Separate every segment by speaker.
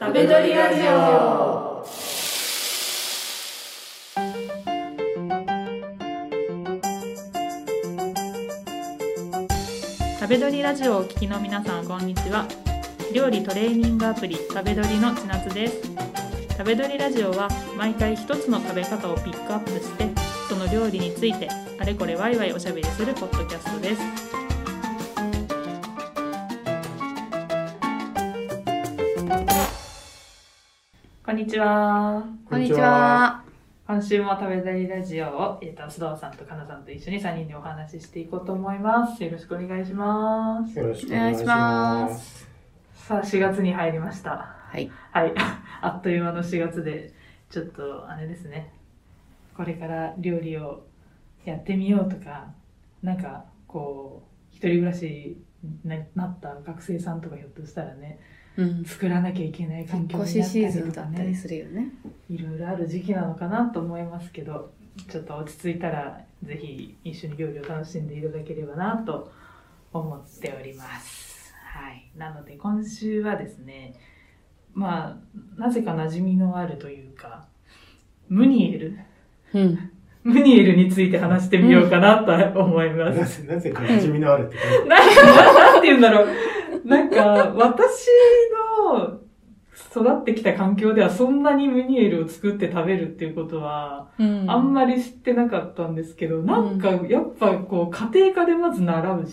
Speaker 1: 食べ取りラジオ食べどりラジオをお聞きの皆さんこんにちは料理トレーニングアプリ食べどりの千夏です食べどりラジオは毎回一つの食べ方をピックアップしてその料理についてあれこれワイワイおしゃべりするポッドキャストですこんにちは
Speaker 2: こんにちは。
Speaker 1: 今週も食べたりラジオを、えー、と須藤さんとかなさんと一緒に3人でお話ししていこうと思います。よろしくお願いします。
Speaker 2: よろし。
Speaker 3: くお願いします
Speaker 1: さあ、4月に入りました。
Speaker 3: はい。
Speaker 1: はい。 あっという間の4月で、ちょっと、あれですね。これから料理をやってみようとか、なんか、こう、一人暮らしになった学生さんとかひょっとしたらね、
Speaker 3: うん。
Speaker 1: 作らなきゃいけない環境
Speaker 3: 引っ
Speaker 1: に
Speaker 3: 越
Speaker 1: な
Speaker 3: し
Speaker 1: った
Speaker 3: シーズン
Speaker 1: りと
Speaker 3: だ
Speaker 1: か
Speaker 3: ったり
Speaker 1: ね。
Speaker 3: するよね。
Speaker 1: いろいろある時期なのかなと思いますけどちょっと落ち着いたらぜひ一緒に料理を楽しんでいただければなと思っております。はい、なので今週はですねまあなぜか馴染みのあるというかムニエル
Speaker 3: うん。
Speaker 1: ムニエルについて話してみようかなと思います
Speaker 2: な。ぜ、なぜか馴染みのあるって感じ。
Speaker 1: なんか、なんて言うんだろう。なんか、私の育ってきた環境ではそんなにムニエルを作って食べるっていうことは、
Speaker 3: うん
Speaker 1: あんまり知ってなかったんですけど、なんか、やっぱこう、家庭科でまず習うし、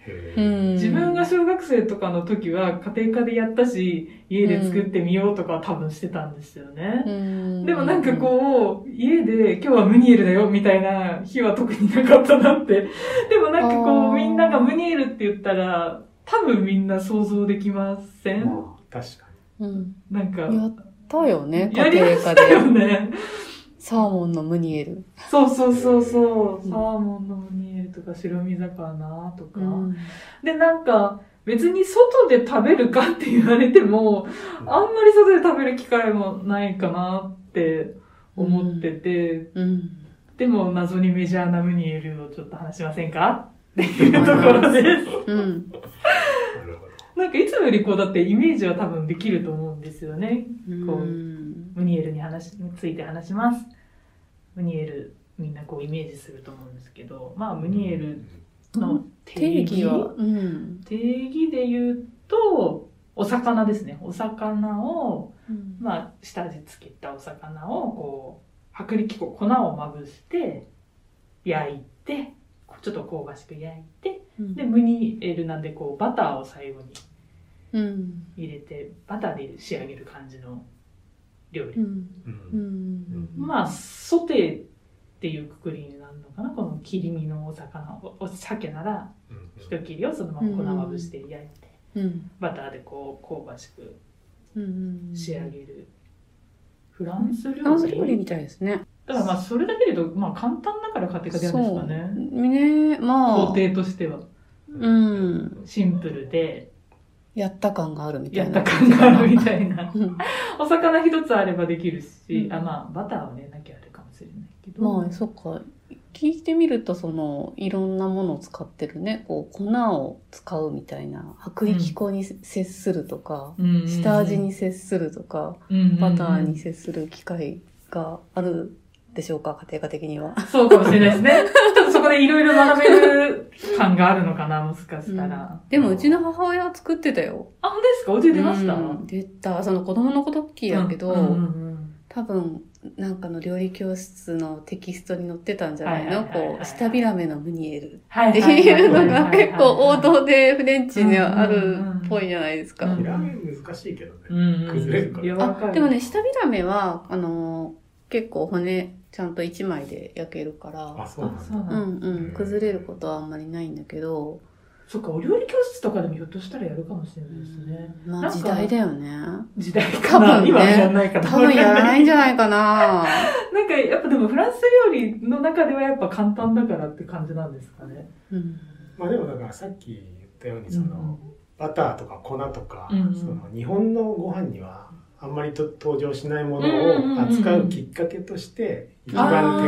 Speaker 2: へ
Speaker 3: う
Speaker 2: ー
Speaker 3: ん。
Speaker 1: 自分が小学生とかの時は家庭科でやったし、家で作ってみようとかは多分してたんですよね。
Speaker 3: うん。
Speaker 1: でもなんかこう、家で今日はムニエルだよみたいな日は特になかったなって。でもなんかこ
Speaker 3: あ
Speaker 1: う、
Speaker 3: ー
Speaker 1: みんながムニエルって言ったら、多分みんな想像できません
Speaker 2: まあ、確か
Speaker 3: うん。
Speaker 1: なんか、
Speaker 3: やったよね、
Speaker 1: や
Speaker 3: 家
Speaker 1: りま
Speaker 3: 庭
Speaker 1: し
Speaker 3: 科
Speaker 1: たよ
Speaker 3: で。
Speaker 1: ね。
Speaker 3: サーモンのムニエル。
Speaker 1: そうそうそうそう。
Speaker 3: うん
Speaker 1: サーモンのムニエルとか白身魚とか。で、なんか、別に外で食べるかって言われても、あんまり外で食べる機会もないかなって思ってて、
Speaker 3: うん。
Speaker 1: でも謎にメジャーなムニエルをちょっと話しませんかっていうところです。
Speaker 3: うん。
Speaker 2: に。なるほど。
Speaker 1: なんかいつもよりこうだってイメージは多分できると思うんですよね。
Speaker 3: うん。
Speaker 1: こうムニエルに話について話します。ムニエルみんなこうイメージすると思うんですけど、まあムニエルの定
Speaker 3: 定
Speaker 1: 義
Speaker 3: 義は、うん。
Speaker 1: 定義で言うと、お魚ですね。お魚を、まあ下味つけたお魚をこう、薄力粉、粉をまぶして、焼いて、ちょっと香ばしく焼いて、
Speaker 3: うん
Speaker 1: で、ムニエルなんでこうバターを最後に
Speaker 3: うん。
Speaker 1: 入れてバターで仕上げる感じの料理、
Speaker 3: うん。
Speaker 2: う。
Speaker 3: うんん。
Speaker 1: まあソテーっていうくくりになるのかなこの切り身のお魚おお鮭なら
Speaker 2: うん
Speaker 1: 一切りをそのまま粉まぶして焼いて、
Speaker 3: うん。
Speaker 1: バターでこう香ばしく
Speaker 3: うん。
Speaker 1: 仕上げる、フランス料理
Speaker 3: フランス料理みたいですね。
Speaker 1: だからまあそれだけで言うと、まあ、簡単だから家庭科でやるんですかね
Speaker 3: ね、ま
Speaker 1: 工
Speaker 3: あ、
Speaker 1: 程としては
Speaker 3: うん。
Speaker 1: シンプルで
Speaker 3: やった感があるみた
Speaker 1: や
Speaker 3: い
Speaker 1: っ
Speaker 3: な
Speaker 1: た
Speaker 3: 感
Speaker 1: 感
Speaker 3: じかな。
Speaker 1: があるみたいな
Speaker 3: うん
Speaker 1: お魚一つあればできるし、
Speaker 3: うん
Speaker 1: あまあバターはねなきゃあるかもしれないけど、
Speaker 3: まあそっか聞いてみるとそのいろんなものを使ってるねこう粉を使うみたいな薄力粉に接するとか、
Speaker 1: うん
Speaker 3: 下味に接するとか、バターに接する機会があるでしょうか家庭科的には。
Speaker 1: そうかもしれないですねちょっとそこでいろいろ学べる感があるのかなもしかしたら、
Speaker 3: うん
Speaker 1: あ
Speaker 3: でもうちの母親は作ってたよ。
Speaker 1: 本当ですかお家出ました、
Speaker 3: うん出たその子供の時だけど、
Speaker 1: うんうんうん
Speaker 3: 多分なんかの料理教室のテキストに載ってたんじゃないの、
Speaker 1: はいはいはいはい
Speaker 3: こう下ビラメのムニエル
Speaker 1: はい
Speaker 3: っ
Speaker 1: は
Speaker 3: て
Speaker 1: いはい
Speaker 3: いうのが結構王
Speaker 1: はい
Speaker 3: 道でフレンチにはあるっぽいじゃないです
Speaker 1: うんう
Speaker 3: か
Speaker 1: んう。ん
Speaker 2: ラーメン難しいけどね。
Speaker 1: うんうん
Speaker 2: 崩れるから
Speaker 1: 柔らか
Speaker 3: あ
Speaker 1: い
Speaker 3: でもね、下ビラメは、あのー結構骨ちゃんと1枚で焼けるか
Speaker 2: あ、
Speaker 3: ら、
Speaker 2: そうな
Speaker 1: あそうなんん
Speaker 2: だ。
Speaker 1: だ
Speaker 3: うんうん、崩れることはあんまりないんだけど、
Speaker 1: そっかお料理教室とかでもひょっとしたらやるかもしれないですね、
Speaker 3: ま
Speaker 1: なん
Speaker 3: あ
Speaker 1: か
Speaker 3: 時代だよね。
Speaker 1: 時代かな、
Speaker 3: 多分ね
Speaker 1: 今はやんないかな
Speaker 3: 多分やらないんじゃないかな
Speaker 1: なんかやっぱでもフランス料理の中ではやっぱ簡単だからって感じなんですかね。
Speaker 3: うん。
Speaker 2: まあでもだからさっき言ったように、その、バターとか粉とか、
Speaker 1: うん
Speaker 2: その、日本のご飯には、あんまりと登場しないものを扱うきっかけとして、一番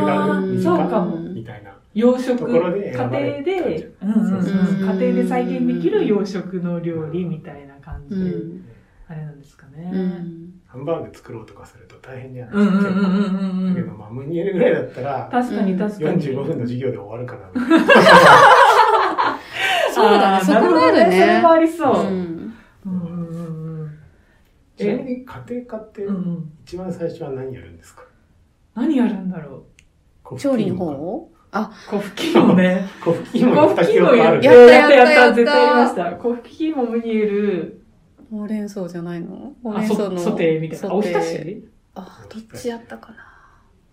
Speaker 2: 手軽、
Speaker 1: そうか
Speaker 2: 身近
Speaker 1: も
Speaker 2: みたいな
Speaker 1: 洋食
Speaker 2: とこ
Speaker 1: 家
Speaker 2: ろで選
Speaker 1: 庭
Speaker 2: ばれたんじゃ
Speaker 1: で、うんうんうん
Speaker 2: そう
Speaker 3: そうそう
Speaker 1: 家庭で再現できる洋食の料理みたいな感じ
Speaker 3: う
Speaker 1: で、
Speaker 3: ん
Speaker 1: あれなんですか
Speaker 3: う
Speaker 1: ね。
Speaker 3: ん
Speaker 2: ハンバーグ作ろうとかすると大変じゃない
Speaker 1: うんうんうんう
Speaker 2: 結
Speaker 1: んう
Speaker 2: 構だけど、
Speaker 1: ん。
Speaker 2: まあ、ムニエルぐらいだったら、
Speaker 1: 確かに確かに。
Speaker 2: 45分の授業で終わるかなみたいな。
Speaker 3: そうだね
Speaker 1: あーなるほど
Speaker 3: そこまでね
Speaker 1: それもありそうう。
Speaker 3: ん
Speaker 1: うんうんうんうん
Speaker 2: ちなみに家庭科って
Speaker 1: うんうん
Speaker 2: 一番最初は何やるんですか
Speaker 1: 何やるんだろ
Speaker 3: 調理の方
Speaker 2: を
Speaker 3: を
Speaker 1: う。コフキもね。
Speaker 2: コフキ
Speaker 1: コ
Speaker 2: も
Speaker 1: フ
Speaker 2: 2
Speaker 1: キ
Speaker 2: 記憶
Speaker 1: も
Speaker 2: あ
Speaker 1: や
Speaker 2: る
Speaker 1: っ
Speaker 2: け
Speaker 1: た
Speaker 2: ど
Speaker 3: やった
Speaker 1: やったや
Speaker 3: や
Speaker 1: っ
Speaker 3: った
Speaker 1: た絶対やりました。コフキもムニエル、
Speaker 3: ほうれん草じゃないのほう
Speaker 1: あ
Speaker 3: れん草
Speaker 1: そ
Speaker 3: の
Speaker 1: ソテーみたいな。あおひた
Speaker 3: ソテー
Speaker 1: し
Speaker 3: あどっちやったかな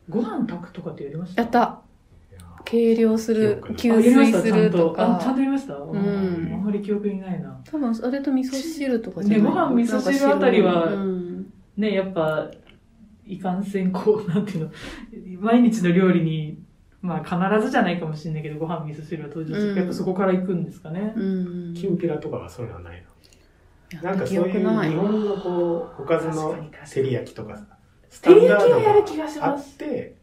Speaker 1: ご飯炊くとかってやりました
Speaker 3: やった計量する
Speaker 2: い
Speaker 1: あ
Speaker 2: や
Speaker 3: 吸
Speaker 1: やりま
Speaker 3: 水
Speaker 1: した
Speaker 3: す
Speaker 1: ちゃ
Speaker 3: る
Speaker 1: ん
Speaker 3: と
Speaker 1: と。あちゃん
Speaker 3: か
Speaker 1: とやりました
Speaker 3: ん
Speaker 1: あんまり記憶にないな。
Speaker 3: 多分あれと味噌汁とかじゃ
Speaker 1: ね、
Speaker 3: ない
Speaker 1: ご飯味噌汁あたりは、
Speaker 3: うん
Speaker 1: ね、やっぱ、いかんせんこう、なんていうの、毎日の料理に、まあ必ずじゃないかもしれないけど、ご飯味噌汁は登場するけど、
Speaker 3: うん
Speaker 1: やっぱそこから行くんですかね。
Speaker 3: うん
Speaker 2: きんぴらとかはそういうのはないの
Speaker 3: や
Speaker 2: な
Speaker 3: っ
Speaker 2: ん
Speaker 3: た
Speaker 2: か
Speaker 3: 記
Speaker 2: そういう
Speaker 3: 憶
Speaker 2: 日
Speaker 3: ない
Speaker 2: 本のこうおかず
Speaker 1: 確
Speaker 2: の
Speaker 1: かに確かに
Speaker 2: 照り焼きとかさス
Speaker 1: 照り焼きはやる気がし
Speaker 2: あ
Speaker 1: ま
Speaker 2: っ
Speaker 1: す。
Speaker 2: て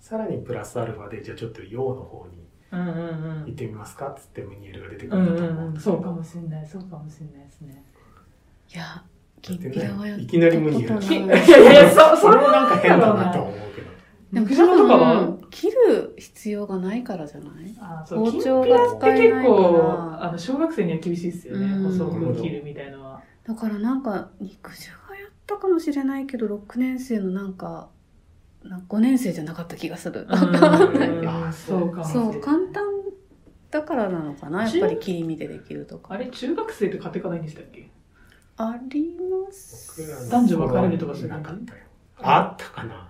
Speaker 2: さらにプラスアルファでじゃあちょっと洋の方に
Speaker 1: うんうんう
Speaker 2: 行っ
Speaker 1: ん。
Speaker 2: てみますかっつってムニエルが出てく
Speaker 1: う
Speaker 2: る
Speaker 1: ん
Speaker 2: んだ
Speaker 1: う
Speaker 2: と思うん
Speaker 1: うん、
Speaker 2: だけ
Speaker 1: そ
Speaker 2: ど
Speaker 1: うかもしれない、そうかもしれないですね。
Speaker 3: いやきんぴらはやった
Speaker 2: いきなり無理やる
Speaker 3: こと
Speaker 1: き
Speaker 3: ない
Speaker 1: いやいやいや、そ、そ
Speaker 2: それ
Speaker 1: れ
Speaker 2: も
Speaker 1: は
Speaker 2: なんか変だなと
Speaker 1: なんだろ
Speaker 2: は思うけど
Speaker 3: でも
Speaker 1: 肉じゃがとか
Speaker 3: 多
Speaker 1: は
Speaker 3: 分切る必要がないからじゃない
Speaker 1: あそう
Speaker 3: 包
Speaker 1: きんぴ
Speaker 3: 丁
Speaker 1: ら
Speaker 3: が
Speaker 1: っ
Speaker 3: 使え
Speaker 1: て結
Speaker 3: ないか
Speaker 1: 構、
Speaker 3: ら
Speaker 1: あの、小学生には厳しいですよね。
Speaker 3: うん
Speaker 1: 細く切るみたいなのは。
Speaker 3: だからなんか肉じゃがやったかもしれないけど6年生のなんかなんか5年生じゃなかった気がする、
Speaker 2: ん
Speaker 1: うんそうかもし
Speaker 3: そ
Speaker 1: れな
Speaker 3: う
Speaker 1: い。
Speaker 3: 簡単だからなのかなやっぱり切り身でできるとか
Speaker 1: あれ、中学生って家庭科ないんでしたっけ
Speaker 3: あります
Speaker 2: 僕らの
Speaker 1: 男女分かれるとか
Speaker 2: 頃はなかったよ
Speaker 1: あ
Speaker 2: あったかな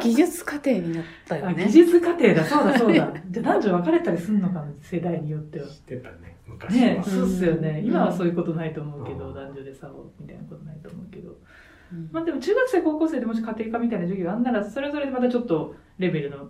Speaker 3: 技術課程になったよ
Speaker 1: あ
Speaker 3: ね
Speaker 1: 技術課程だ、そうだそうだ。じゃあ男女分かれたりすんのかな、世代によっては。
Speaker 2: してたね昔
Speaker 1: ね
Speaker 2: は
Speaker 1: そうっすよね。
Speaker 3: うん
Speaker 1: 今はそういうことないと思うけど、
Speaker 2: うん
Speaker 1: 男女で差をみたいなことないと思うけど。
Speaker 3: うん
Speaker 1: まあでも中学生、高校生でもし家庭科みたいな授業があんなら、それぞれでまたちょっとレベルの、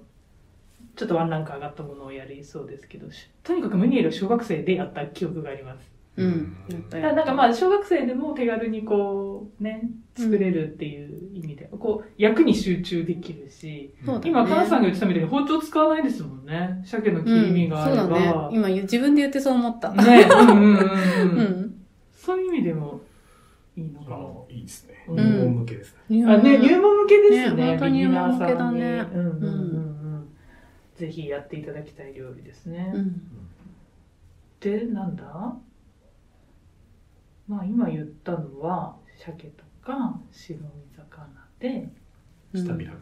Speaker 1: ちょっとワンランク上がったものをやりそうですけど、しとにかくムニエルを小学生でやった記憶があります。
Speaker 3: うんやった
Speaker 1: だ
Speaker 3: よ
Speaker 1: からなんかまあ小学生でも手軽にこうね、作れるっていう意味で、こう役に集中できるし、
Speaker 3: そうだね
Speaker 1: 今、カナさんが言ってたみたいに包丁使わないですもんね。鮭の切り身があれば。
Speaker 3: うんそうだね今言う自分で言ってそう思った、
Speaker 1: ねうんうんうん
Speaker 3: う
Speaker 1: うん。
Speaker 3: ん
Speaker 1: そういう意味でもいいのか
Speaker 2: あ
Speaker 1: な。
Speaker 2: いいですね
Speaker 1: うん
Speaker 2: 日本向けですね
Speaker 3: いや
Speaker 1: あね、入門向けですね。
Speaker 3: ね本当に入門向けだね
Speaker 1: ビギナーさんにうんうんうんうん。ぜひやっていただきたい料理ですね。
Speaker 3: うん
Speaker 1: で、なんだまあ今言ったのは、鮭とか白身魚で、
Speaker 2: 下見らめ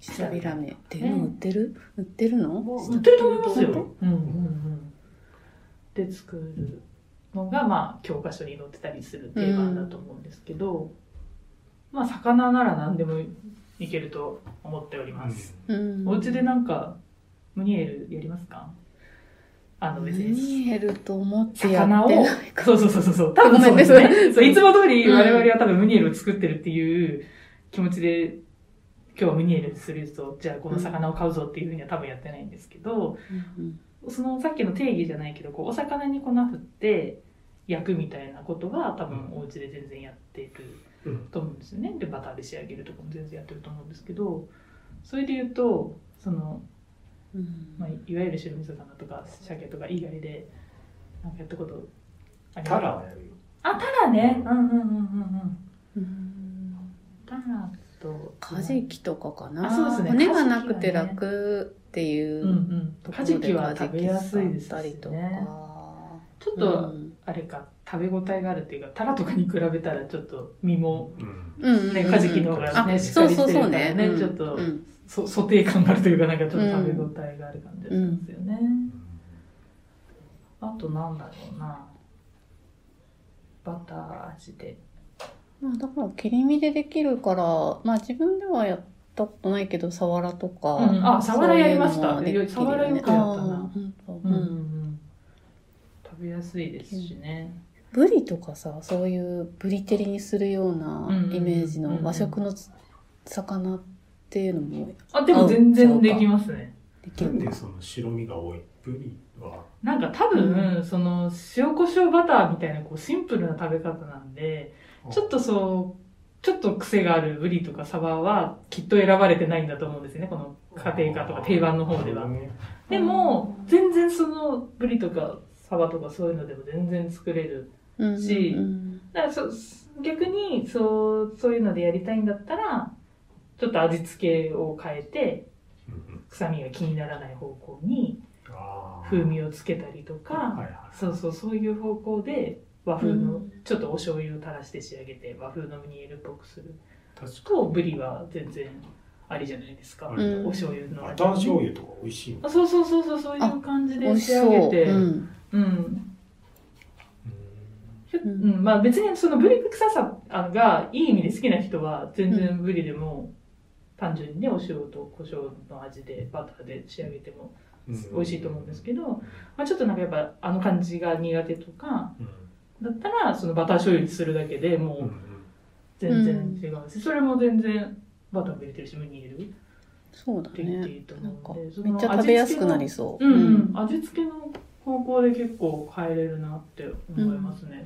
Speaker 3: 下びらめっていうの売ってる、売ってるの
Speaker 1: 売ってると思いますよ。
Speaker 3: 本
Speaker 1: うんうんうん。で作るのがまあ教科書に載ってたりする定番だと思うんですけど、まあ魚なら何でもいけると思っております。
Speaker 3: 当うん、
Speaker 1: お家でなんかムニエルやりますか？あの
Speaker 3: ム
Speaker 1: 別に。
Speaker 3: ニエルと思ってや
Speaker 1: 魚
Speaker 3: っ
Speaker 1: を
Speaker 3: て ない、
Speaker 1: そうそうそうそうそう。多分そうです
Speaker 3: ごめん
Speaker 1: ね。
Speaker 3: ね
Speaker 1: そういつも通り
Speaker 3: うん
Speaker 1: 我々は多分ムニエルを作ってるっていう気持ちで、今日はムニエルするぞ、じゃあこの魚を買うぞっていうふうには多分やってないんですけど、
Speaker 3: うん
Speaker 1: そのさっきの定義じゃないけどこうお魚に粉振って焼くみたいなことは多分お家で全然やってる
Speaker 2: うん
Speaker 1: と思うんですよねでバターで仕上げるとかも全然やってると思うんですけどそれで言うとその、
Speaker 3: うん
Speaker 1: まあ、いわゆる白身魚とか鮭とか以外でなんかやったことあります
Speaker 2: タラはやるよ
Speaker 1: あタラねうんうんうんうんうん
Speaker 3: うん
Speaker 1: タラと
Speaker 3: カジキとかかな
Speaker 1: あそうですね
Speaker 3: 骨がなくて
Speaker 1: カジキはね
Speaker 3: 楽ってい
Speaker 1: うん
Speaker 3: う、
Speaker 1: うんカジキは食べやすいですし
Speaker 3: 使ったりとか、
Speaker 1: ねちょっと、
Speaker 3: うん
Speaker 1: あれか食べ応えがあるっていうかタラとかに比べたらちょっと身も、
Speaker 2: うん
Speaker 3: うん
Speaker 1: ねカジキの方がね
Speaker 3: あ
Speaker 1: しっか
Speaker 3: そう
Speaker 1: り
Speaker 3: そ
Speaker 1: し
Speaker 3: う
Speaker 1: てる
Speaker 3: そ
Speaker 1: か
Speaker 3: う
Speaker 1: ら
Speaker 3: ね
Speaker 1: ね
Speaker 3: うん
Speaker 1: ちょっと
Speaker 3: うん
Speaker 1: そソテー感があるというかなんかちょっと食べ応えがある感じがしますよね、あとなんだろうなバター味で
Speaker 3: まあ、だから切り身でできるから、まあ、自分ではやったことないけどサワラとか、
Speaker 1: うんあサワラやりました
Speaker 3: そういうのもできる
Speaker 1: サワラよくやったな
Speaker 3: あー本当
Speaker 1: うん、
Speaker 3: う
Speaker 1: うん
Speaker 3: ん
Speaker 1: 食べやすいですしね、
Speaker 3: ブリとかさそういうブリ照りにするような
Speaker 1: うんうん
Speaker 3: イメージ
Speaker 1: うんう
Speaker 3: の
Speaker 1: ん
Speaker 3: 和食のつ魚っていうのも
Speaker 1: あでも全然できますね
Speaker 3: でき
Speaker 2: な
Speaker 3: る
Speaker 2: んでその白身が多いブリは
Speaker 1: なんか多分、その塩コショウバターみたいなこうシンプルな食べ方なんでちょっとそうちょっと癖があるブリとかサバはきっと選ばれてないんだと思うんですよね、この家庭科とか定番の方では。でも、全然そのブリとかサバとかそういうのでも全然作れる。
Speaker 3: うん
Speaker 1: し
Speaker 3: うん
Speaker 1: だからそ逆にそう、そういうのでやりたいんだったら、ちょっと味付けを変えて、臭みが気にならない方向に風味をつけたりとか、
Speaker 2: はいは
Speaker 1: そうそう、そういう方向で和風の、
Speaker 3: うん
Speaker 1: ちょっとお醤油を垂らして仕上げて和風のムニエルっぽくする
Speaker 2: い。確か
Speaker 1: と、ブリは全然ありじゃないですか。
Speaker 2: あ
Speaker 3: りだ
Speaker 1: お醤油の
Speaker 2: バ
Speaker 1: 味
Speaker 2: ター醤油とか美味しいもん。
Speaker 1: あそうそうそうそう、そういう感じ
Speaker 3: 美
Speaker 1: で
Speaker 3: 味し
Speaker 1: 仕
Speaker 3: そ
Speaker 1: 上げ
Speaker 3: う。
Speaker 1: て、
Speaker 3: う
Speaker 1: うん。
Speaker 3: ん。
Speaker 1: ちょ
Speaker 3: うん
Speaker 1: うんまあ別にそのブリ臭さがいい意味で好きな人は全然ブリでも単純にねお塩と胡椒の味でバターで仕上げても美味しいと思うんですけど、まあ、ちょっとなんかやっぱあの感じが苦手とか
Speaker 2: ど。
Speaker 1: だったらそのバター醤油にするだけでもう
Speaker 2: うん
Speaker 1: 全然違うんです、それも全然バターも入れてるしムニエルっ
Speaker 3: そうだ
Speaker 1: て言って
Speaker 3: ね。
Speaker 1: いいと
Speaker 3: な
Speaker 1: 思
Speaker 3: んか
Speaker 1: うんで、そ
Speaker 3: めっ
Speaker 1: の
Speaker 3: ちゃ食べやすくなり
Speaker 1: 味付
Speaker 3: そ
Speaker 1: け
Speaker 3: う。
Speaker 1: のうんうん、味付けの方向で結構変えれるなって思いますね、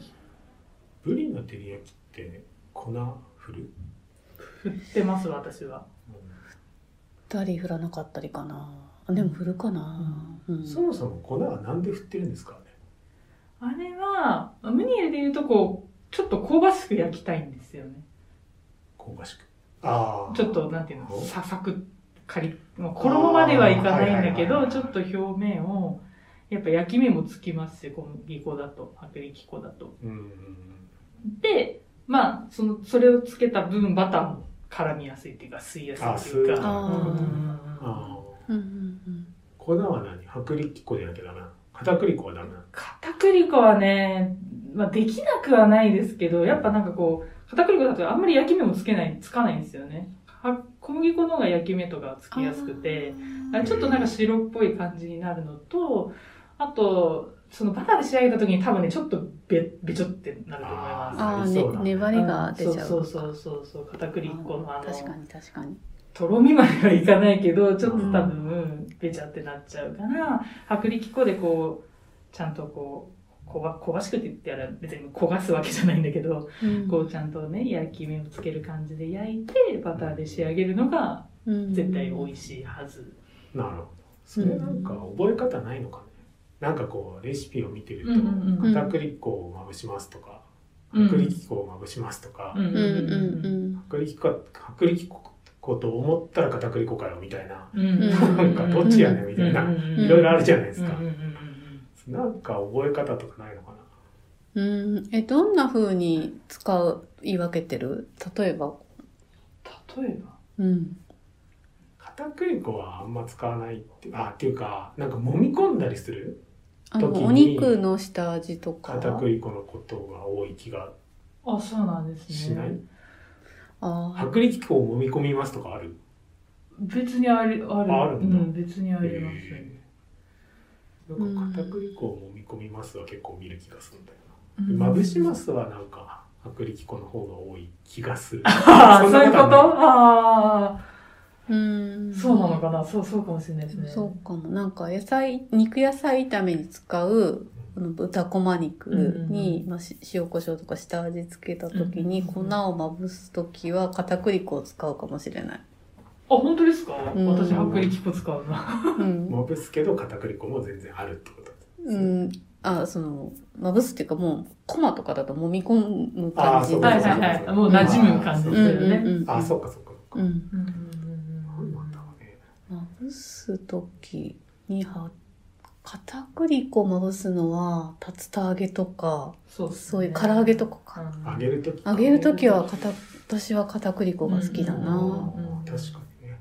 Speaker 2: ブリの照り焼きって粉振る？
Speaker 1: 振ってます私は、
Speaker 3: 振ったり振らなかったりかな。あでも振るかな。うん
Speaker 2: そもそも粉はなんで振ってるんですかね。
Speaker 1: あれはムニエルでいうとこうちょっと香ばしく焼きたいんですよね
Speaker 2: 香ばしく。ああ。
Speaker 1: ちょっとなんていうの
Speaker 2: お
Speaker 1: ササクッカリッもう衣まではいかないんだけど
Speaker 2: あーはいはいはい
Speaker 1: ちょっと表面をやっぱ焼き目もつきますし小麦粉だと薄力粉だと
Speaker 2: うんうんうん。
Speaker 1: でまあそのそれをつけた分バターも絡みやすいっていうか吸いやすいっていう
Speaker 2: あ吸う
Speaker 1: かうんうんうんうん
Speaker 2: ああ。
Speaker 3: うんうん
Speaker 2: 粉は何？薄力粉じゃなきゃダメなの。片栗粉はダメなの。
Speaker 1: 片栗粉はね、まあ、できなくはないですけど、やっぱなんかこう、片栗粉だとあんまり焼き目もつけない、つかないんですよね。は小麦粉の方が焼き目とかつ
Speaker 3: う
Speaker 1: き
Speaker 3: ん。
Speaker 1: やすくて、
Speaker 3: あー
Speaker 1: あちょっとなんか白っぽい感じになるのと、あと、そのバターで仕上げた時に多分ね、ちょっとべ、べちょってなると思います。
Speaker 3: あー
Speaker 2: そうだね
Speaker 3: ね、粘りが出ちゃう。
Speaker 1: そうそうそうそう、片栗粉のあの、
Speaker 3: 確かに確かに。
Speaker 1: とろみまではいかないけど、ちょっと多分、べちゃってなっちゃうから、薄力粉でこう、ちゃんとこう、こわ焦がしくって言ったら別に焦がすわけじゃないんだけど、
Speaker 3: うん
Speaker 1: こうちゃんとね、焼き目をつける感じで焼いて、バターで仕上げるのが
Speaker 3: うん
Speaker 1: 絶対美味しいはず。
Speaker 2: なるほど。それなんか覚え方ないのかね。なんかこうレシピを見てると
Speaker 1: うんうんうん
Speaker 2: 片栗粉をまぶしますとか、
Speaker 1: うん
Speaker 2: 薄力粉をまぶしますとか、
Speaker 1: うん
Speaker 3: うんうんうん。
Speaker 2: 薄力粉薄力粉と思ったら片栗粉かよみたいな、
Speaker 1: うんうん
Speaker 2: なんかどっちやねんみたいな、いろいろあるじゃないですか
Speaker 1: うん。うんうん
Speaker 2: なんか覚え方とかないのかな。
Speaker 3: うん、え、どんな風に使う、言い分けてる例えば、
Speaker 1: うん例えば
Speaker 3: うん。
Speaker 2: 片栗粉はあんま使わないって、あ、っていうか、なんか揉み込んだりする
Speaker 3: あの、
Speaker 2: 時に
Speaker 3: お肉の下味とか。
Speaker 2: 片栗粉のことが多い気が
Speaker 1: あ、そうなんですね。
Speaker 2: しない、
Speaker 3: あー
Speaker 2: 薄力粉を揉み込みますとかある
Speaker 1: 別にあり、ある。
Speaker 2: ある
Speaker 1: うん
Speaker 2: だ
Speaker 1: ん、別にありますね。
Speaker 2: へーなんか片栗粉を揉み込みますは結構見る気がするんだよ
Speaker 1: う
Speaker 2: な。
Speaker 1: ん
Speaker 2: まぶしますはなんか薄力粉の方が多い気 がする。
Speaker 1: ああ、
Speaker 2: ん
Speaker 1: そ
Speaker 2: な
Speaker 1: ういうこと
Speaker 2: はない
Speaker 1: あ
Speaker 3: うん。
Speaker 1: あ、そうなのかな。そう、そうかもしれないですね。
Speaker 3: そうかも。なんか野菜、肉野菜炒めに使う、あの豚こま肉
Speaker 1: うん
Speaker 3: に、まあ、し塩コショウとか下味つけた時に、
Speaker 1: うん
Speaker 3: 粉をまぶす時は片栗粉を使うかもしれない。
Speaker 1: あ、本当ですか
Speaker 3: ん
Speaker 1: 私、薄力粉使うな。
Speaker 3: うん。
Speaker 2: まぶすけど片栗粉も全然あるってこと
Speaker 3: うん。あ、その、まぶすっていうかもう、コマとかだと揉み込む
Speaker 2: あ
Speaker 3: 感
Speaker 2: あ
Speaker 3: じ
Speaker 2: そう
Speaker 3: だ
Speaker 2: か
Speaker 1: は
Speaker 3: か
Speaker 1: いは
Speaker 2: そうか
Speaker 3: ら
Speaker 1: いはいもう馴染む感じですよね
Speaker 3: うんうんうん
Speaker 2: ああ、そっかそっかそっ
Speaker 3: う
Speaker 2: か。
Speaker 3: ん。
Speaker 1: うんうん
Speaker 2: 何なんだろうね。
Speaker 3: まぶす時には、片栗粉まぶすのは、竜田揚げとか、
Speaker 1: そうっす
Speaker 3: そう
Speaker 1: ね
Speaker 3: いう唐揚げとかか。
Speaker 2: 揚げるとき
Speaker 3: 揚げるときは片、私は片栗粉が好きだな。
Speaker 1: うん
Speaker 2: 確かにね。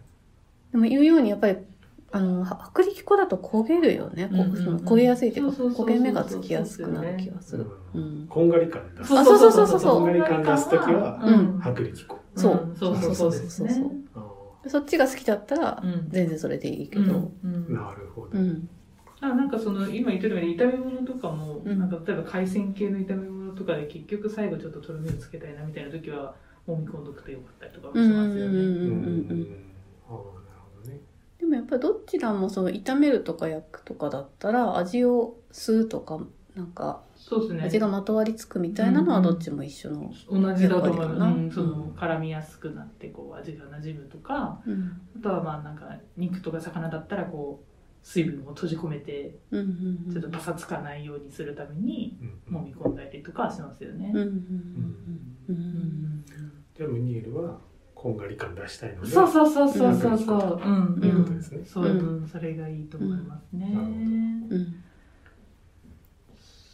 Speaker 3: でも言うようにやっぱりあのは薄力粉だと焦げるよね、こう
Speaker 1: うんうんうん
Speaker 3: その焦げやすいというか
Speaker 1: そうそうそう
Speaker 3: 焦
Speaker 1: そう
Speaker 3: げ目がつきやすくなる気がする、
Speaker 2: う
Speaker 3: うん
Speaker 2: んこんがり感出す。
Speaker 3: あそうそうそうそうそう
Speaker 2: こんがり感出すときは
Speaker 1: うん
Speaker 2: 薄力粉。
Speaker 3: そう
Speaker 1: うんそうそうそうそうですね
Speaker 3: そうそう
Speaker 2: あ
Speaker 3: そっちが好きだったら
Speaker 1: うん
Speaker 3: 全然それでいいけ
Speaker 1: う
Speaker 3: ど
Speaker 1: んうん
Speaker 2: ーなるほど
Speaker 3: う。ん
Speaker 1: あなんかその今言ってたように炒め物とかも、
Speaker 3: うん
Speaker 1: なんか例えば海鮮系の炒め物とかで結局最後ちょっととろみをつけたいなみたいな時は揉み込んどくとよかったりとかもし
Speaker 3: うんうん
Speaker 1: ます
Speaker 3: う
Speaker 1: よ
Speaker 3: ん
Speaker 1: ね。
Speaker 2: う
Speaker 3: う
Speaker 2: ん
Speaker 3: んうん
Speaker 2: ああ、なるほどね。
Speaker 3: でもやっぱりどちらもその炒めるとか焼くとかだったら味を吸うとかなんか
Speaker 1: そうですね
Speaker 3: 味がまとわりつくみたいなのはどっちも一緒の、
Speaker 1: 同じだと
Speaker 3: や
Speaker 1: 思
Speaker 3: っぱ
Speaker 1: う、
Speaker 3: りかな
Speaker 1: うん、その
Speaker 2: うん
Speaker 1: 絡みやすくなってこう味が馴染むとか
Speaker 3: うん
Speaker 1: あとはまあなんか肉とか魚だったらこう水分を閉じ込めて
Speaker 3: うんうんうん、
Speaker 1: ちょっとパサつかないようにするために
Speaker 2: うん
Speaker 1: 揉み込んだりとかはしますよね。
Speaker 3: うんうんうんう
Speaker 1: うんん
Speaker 2: じゃあムニエルはこんがり感出したいので
Speaker 1: そうそうそうそうそうそう。うん
Speaker 3: という
Speaker 2: ことですね
Speaker 1: そう、うん、それがいいと思いますね。
Speaker 2: んなる
Speaker 3: うんうん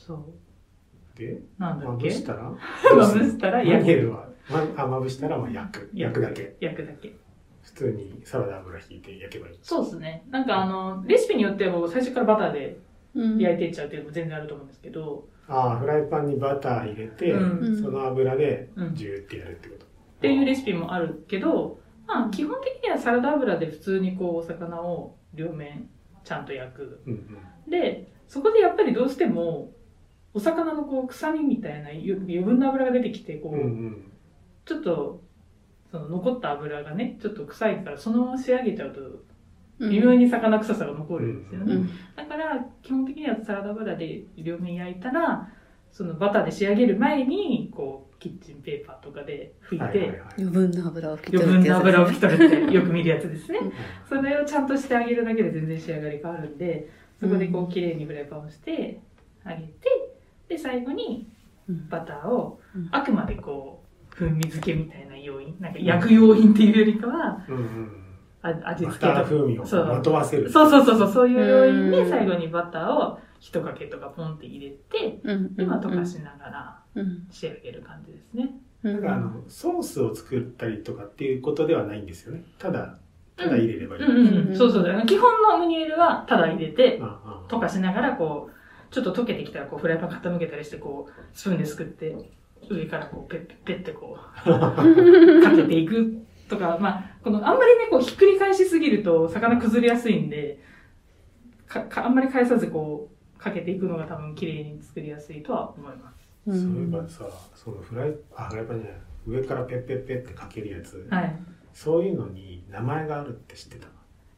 Speaker 1: そう。
Speaker 2: で
Speaker 1: なんだ
Speaker 2: ま
Speaker 1: っ
Speaker 2: ぶ
Speaker 1: け。
Speaker 2: したら
Speaker 1: まぶしたら
Speaker 2: ムニエ
Speaker 1: 焼く。
Speaker 2: ルはまあまぶしたらまあ焼く焼くだけ。
Speaker 1: 焼くだけ。
Speaker 2: 普通にサラダ油引いて焼けばいい
Speaker 1: そうですね。なんかあのレシピによっては最初からバターで
Speaker 3: うん
Speaker 1: 焼いてっちゃうっていうのも全然あると思うんですけど、
Speaker 2: ああフライパンにバター入れて、
Speaker 1: うん
Speaker 2: その油で
Speaker 1: うん、っ
Speaker 2: ジューってやるってこと、
Speaker 1: ていうレシピもあるけど、まあ基本的にはサラダ油で普通にこうお魚を両面ちゃんと焼く。
Speaker 2: うんうん
Speaker 1: で、そこでやっぱりどうしてもお魚のこう臭みみたいな余余分な油が出てきてこう、
Speaker 2: うんうん
Speaker 1: ちょっとその残った油がねちょっと臭いからそのまま仕上げちゃうと微妙に魚臭さが残るんですよね、
Speaker 3: うんうん
Speaker 1: だから基本的にはサラダ油で両面焼いたらそのバターで仕上げる前にこうキッチンペーパーとかで拭いて、
Speaker 2: はいはいはい
Speaker 3: 余分な油を拭き取
Speaker 1: 余
Speaker 3: る
Speaker 1: 分な油を
Speaker 3: で
Speaker 1: 拭
Speaker 3: す
Speaker 1: き
Speaker 3: ね
Speaker 1: 取るってよく見るやつですね
Speaker 3: うん
Speaker 1: それをちゃんとしてあげるだけで全然仕上がり変わるんでそこでこう綺麗にフライパンをしてあげてで最後に
Speaker 3: うん
Speaker 1: バターを
Speaker 3: うん
Speaker 1: あくまでこう風味付けみたいな要因なんか焼く要因っていうよりかは
Speaker 2: うんうん
Speaker 1: あ味
Speaker 2: バ
Speaker 1: 付
Speaker 2: タ
Speaker 1: け
Speaker 2: ー
Speaker 1: と
Speaker 2: 風味を
Speaker 1: そう
Speaker 2: まとわせる
Speaker 1: そうそうそうそうそういう要因
Speaker 3: う
Speaker 1: で
Speaker 3: ん
Speaker 1: 最後にバターを一かけとかポンって入れて
Speaker 3: うん
Speaker 1: 今溶かしながら
Speaker 3: うん
Speaker 1: 仕上げる感じですね
Speaker 3: うん
Speaker 2: なんかあのソースを作ったりとかっていうことではないんですよねただただ入れればいい、
Speaker 1: うんうん、うん、そうそうだ基本のムニエルはただ入れて
Speaker 2: ああ
Speaker 1: 溶かしながらこうちょっと溶けてきたらこうフライパン傾けたりしてこうスプーンですくって上からこうペッペッペッってこ うかけていくとかまあこのあんまりねこうひっくり返しすぎると魚崩れやすいんでかかあんまり返さずこうかけていくのが多分綺麗に作りやすいとは思います。
Speaker 3: う
Speaker 2: そういえば
Speaker 3: ん
Speaker 2: さそのフライあフライパンじゃない上からペッペッペッってかけるやつ、
Speaker 1: はい。
Speaker 2: そういうのに名前があるって知ってた